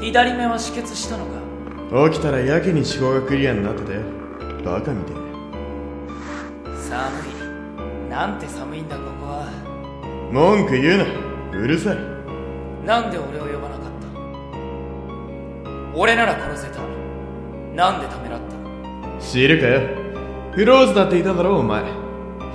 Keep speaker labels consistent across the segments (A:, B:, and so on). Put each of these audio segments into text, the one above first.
A: 左目は止血したのか
B: 起きたらやけに思考がクリアになってたよバカみてえ
A: 寒いなんて寒いんだここは
B: 文句言うなうるさい
A: なんで俺を呼ばなかった俺なら殺せたなんでためらった
B: 知るかよフローズだっていただろお前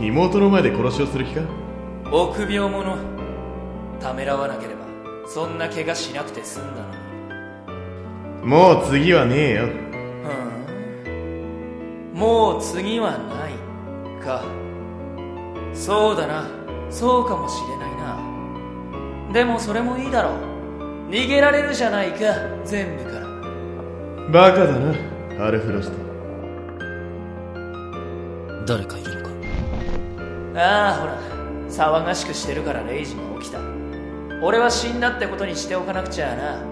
B: 妹の前で殺しをする気か
A: 臆病者ためらわなければそんな怪我しなくて済んだのに
B: もう次はねえよ
A: うんもう次はないかそうだなそうかもしれないなでもそれもいいだろう逃げられるじゃないか全部から
B: バカだなアルフロスト
C: 誰かいるのか
A: ああほら騒がしくしてるからレイジが起きた俺は死んだってことにしておかなくちゃな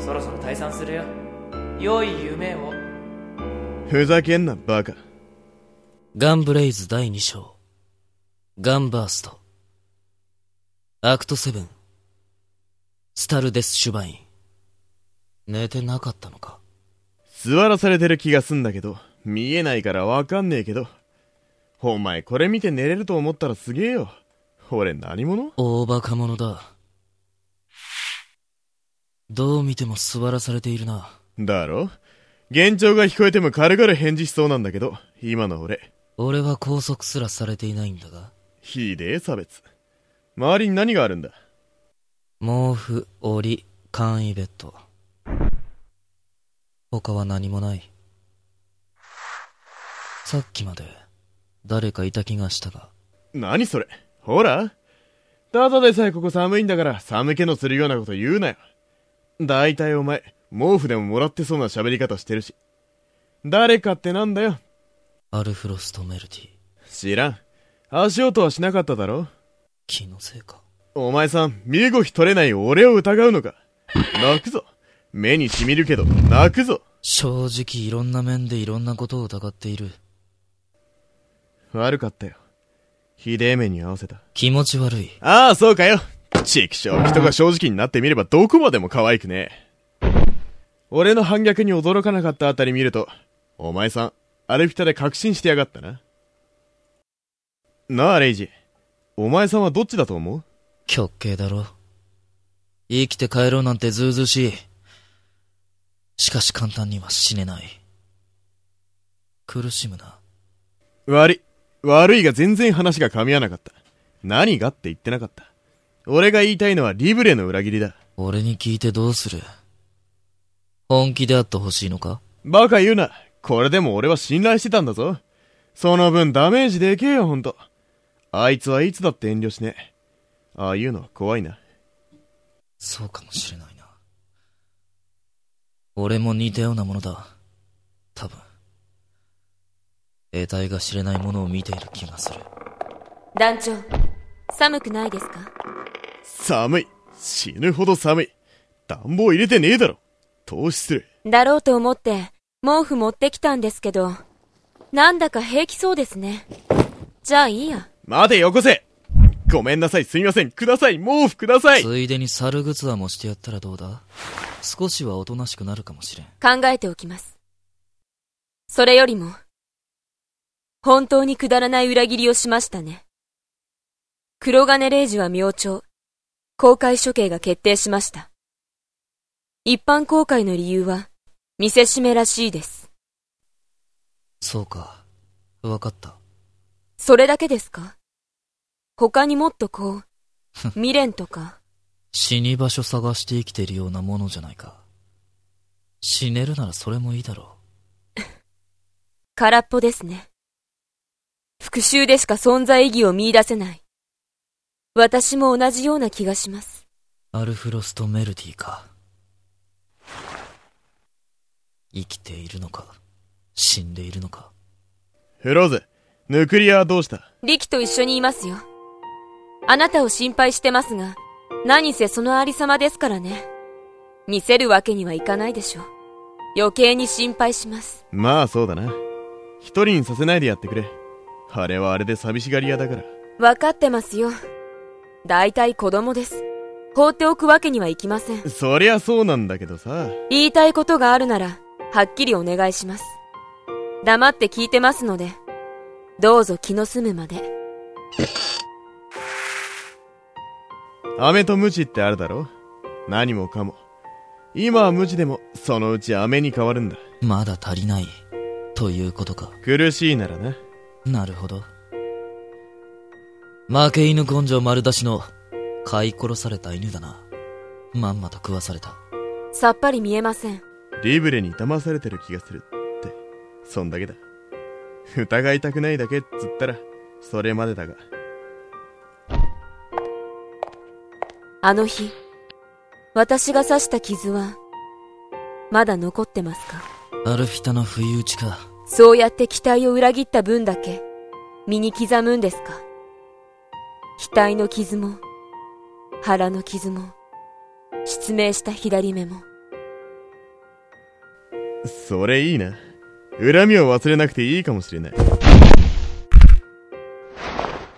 A: そろそろ退散するよ良い夢を
B: ふざけんなバカ
C: ガンブレイズ第2章ガンバーストアクト7スタルデス・シュバイン寝てなかったのか
B: 座らされてる気がすんだけど見えないからわかんねえけどお前これ見て寝れると思ったらすげえよ俺何者
C: 大バカ者だどう見ても座らされているな
B: だろ幻聴が聞こえても軽々返事しそうなんだけど今の俺
C: 俺は拘束すらされていないんだが
B: ひでえ差別周りに何があるんだ
C: 毛布折り簡易ベッド他は何もないさっきまで誰かいた気がしたが
B: 何それほらただでさえここ寒いんだから寒気のするようなこと言うなよだいたいお前毛布でももらってそうな喋り方してるし誰かってなんだよ
C: アルフロスとメルティ
B: 知らん足音はしなかっただろ
C: 気のせいか
B: お前さん身動き取れない俺を疑うのか泣くぞ目にしみるけど泣くぞ
C: 正直いろんな面でいろんなことを疑っている
B: 悪かったよひでえ目に合わせた
C: 気持ち悪い
B: ああ、そうかよ。ちくしょう、人が正直になってみればどこまでも可愛くね俺の反逆に驚かなかったあたり見ると、お前さん、アルフィタで確信してやがったな。なあ、レイジ。お前さんはどっちだと思う
C: 極刑だろ生きて帰ろうなんてずうずうしいしかし簡単には死ねない苦しむな
B: 悪い。悪いが全然話が噛み合わなかった。何がって言ってなかった。俺が言いたいのはリブレの裏切りだ。
C: 俺に聞いてどうする本気であってほしいのか
B: バカ言うな。これでも俺は信頼してたんだぞ。その分ダメージでけえよ、ほんと。あいつはいつだって遠慮しねえ。ああいうのは怖いな。
C: そうかもしれないな俺も似たようなものだ多分得体が知れないものを見ている気がする
D: 団長寒くないですか
B: 寒い。死ぬほど寒い。暖房入れてねえだろ。投資する。
D: だろうと思って毛布持ってきたんですけどなんだか平気そうですねじゃあいいや
B: 待て、よこせごめんなさい、すみません。ください、毛布ください
C: ついでに猿グツアもしてやったらどうだ少しはおとなしくなるかもしれん
D: 考えておきますそれよりも本当にくだらない裏切りをしましたね黒金レイジは明朝公開処刑が決定しました一般公開の理由は見せしめらしいです
C: そうかわかった
D: それだけですか他にもっとこう未練とか
C: 死に場所探して生きているようなものじゃないか死ねるならそれもいいだろう
D: 空っぽですね。復讐でしか存在意義を見出せない。私も同じような気がします。
C: アルフロスとメルディか生きているのか死んでいるのか
B: フローズ、ヌクリアはどうした
D: 力と一緒にいますよ。あなたを心配してますが、何せそのありさまですからね。見せるわけにはいかないでしょう。余計に心配します。
B: まあそうだな。一人にさせないでやってくれ。あれはあれで寂しがり屋だから。
D: わかってますよ。大体子供です。放っておくわけにはいきません。
B: そりゃそうなんだけどさ
D: 言いたいことがあるなら、はっきりお願いします。黙って聞いてますので、どうぞ気の済むまで。
B: 飴と無知ってあるだろ何もかも今は無知でもそのうち飴に変わるんだ
C: まだ足りない。ということか。
B: 苦しいならな
C: なるほど。負け犬根性丸出しの、飼い殺された犬だな。まんまと食わされた。
D: さっぱり見えません。
B: リブレに騙されてる気がするってそんだけだ疑いたくないだけっつったらそれまでだが
D: あの日、私が刺した傷は、まだ残ってますか
C: アルフィタの不意打ちか。
D: そうやって期待を裏切った分だけ、身に刻むんですか額の傷も、腹の傷も、失明した左目も。
B: それいいな恨みを忘れなくていいかもしれない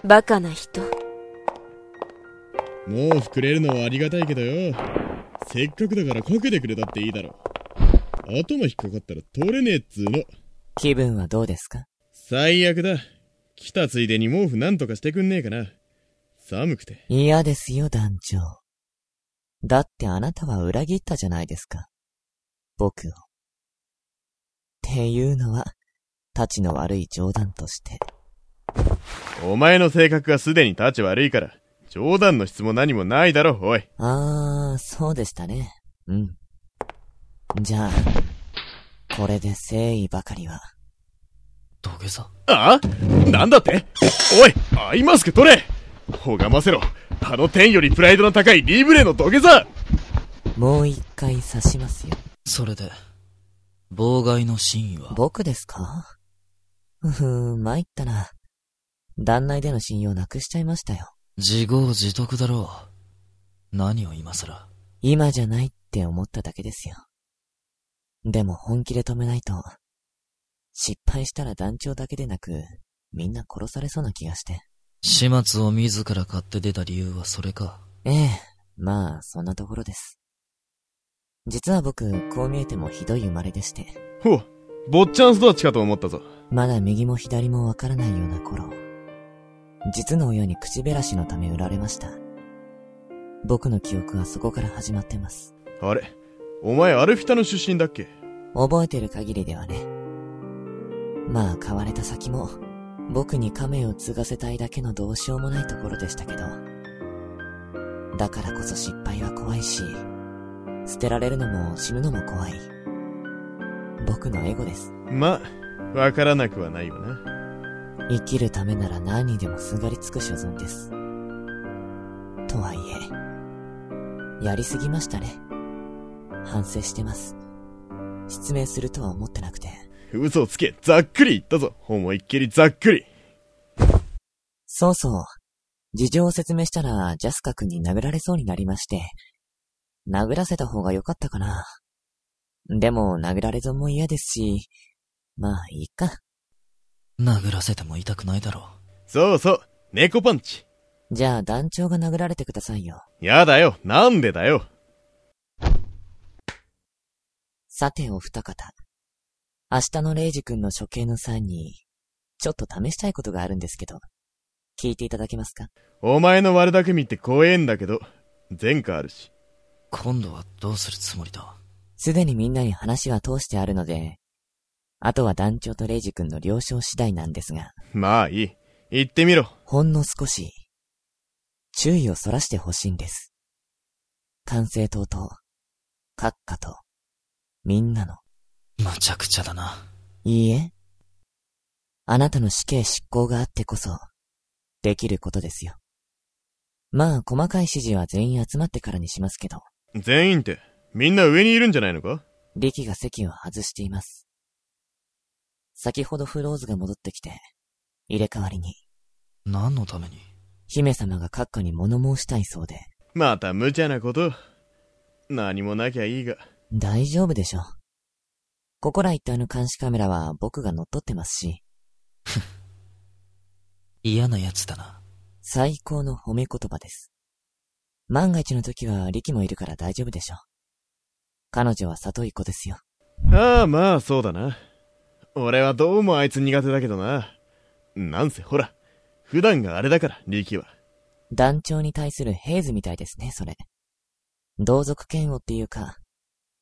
D: バカな人。
B: 毛布くれるのはありがたいけどよせっかくだからかけてくれたっていいだろ頭引っかかったら取れねえっつうの
E: 気分はどうですか
B: 最悪だ来たついでに毛布なんとかしてくんねえかな寒くて
E: 嫌ですよ、団長。だってあなたは裏切ったじゃないですか。僕を。っていうのは、たちの悪い冗談として。
B: お前の性格がすでに立ち悪いから冗談の質も何もないだろおい
E: あー、そうでしたね。うん。じゃあ、これで誠意ばかりは。
C: 土下座
B: ああなんだっておいアイマスク取れほがませろあの天よりプライドの高いリブレの土下座
E: もう一回刺しますよ。
C: それで、妨害の真意は
E: 僕ですかうふん、参ったな。団内での信用なくしちゃいましたよ。
C: 自業自得だろう。何を今更。
E: 今じゃないって思っただけですよ。でも本気で止めないと、失敗したら団長だけでなく、みんな殺されそうな気がして。
C: 始末を自ら買って出た理由はそれか。
E: ええ、まあ、そんなところです。実は僕、こう見えてもひどい生まれでして、
B: ほう坊っちゃん育ちかと思ったぞ
E: まだ右も左もわからないような頃、実の親に口減らしのため売られました。僕の記憶はそこから始まってます。
B: あれお前アルフィタの出身だっけ
E: 覚えてる限りではね。まあ、買われた先も、僕に亀を継がせたいだけのどうしようもないところでしたけど。だからこそ失敗は怖いし、捨てられるのも死ぬのも怖い。僕のエゴです。
B: まあわからなくはないよな
E: 生きるためなら何にでもすがりつく所存です。とはいえ、やりすぎましたね。反省してます。失明するとは思ってなくて。
B: 嘘をつけざっくり言ったぞ思いっきりざっくり
E: そうそう。事情を説明したら、ジャスカ君に殴られそうになりまして。殴らせた方が良かったかな。でも、殴られ損も嫌ですし、まあ、いいか。
C: 殴らせても痛くないだろ
B: そうそう猫パンチ
E: じゃあ、団長が殴られてくださいよ。
B: やだよなんでだよ
E: さて、お二方。明日のレイジ君の処刑の際に、ちょっと試したいことがあるんですけど、聞いていただけますか
B: お前の悪巧みって怖えんだけど前科あるし
C: う。今度はどうするつもりだ
E: すでにみんなに話は通してあるので、あとは団長とレイジ君の了承次第なんですが、
B: まあいい言ってみろ
E: ほんの少し、注意をそらしてほしいんです。管制塔と、閣下と、みんなの、
C: むちゃくちゃだな。
E: いいえ。あなたの死刑執行があってこそ、できることですよ。まあ、細かい指示は全員集まってからにしますけど、
B: 全員ってみんな上にいるんじゃないのか
E: 力が席を外しています。先ほどフローズが戻ってきて、入れ替わりに、
C: 何のために
E: 姫様が閣下に物申したいそうで、
B: また無茶なこと何もなきゃいいが
E: 大丈夫でしょ。ここら一帯の監視カメラは僕が乗っ取ってますし、
C: 嫌な奴だな。
E: 最高の褒め言葉です。万が一の時はリキもいるから大丈夫でしょう。彼女は里い子ですよ。
B: ああ、まあ、そうだな。俺はどうもあいつ苦手だけどな。なんせ、ほら。普段があれだから、力は。
E: 団長に対するヘイズみたいですね、それ。同族嫌悪っていうか、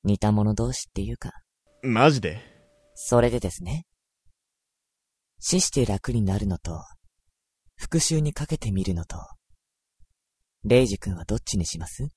E: 似た者同士っていうか、
B: マジで。
E: それでですね。死して楽になるのと、復讐にかけてみるのと、レイジ君はどっちにします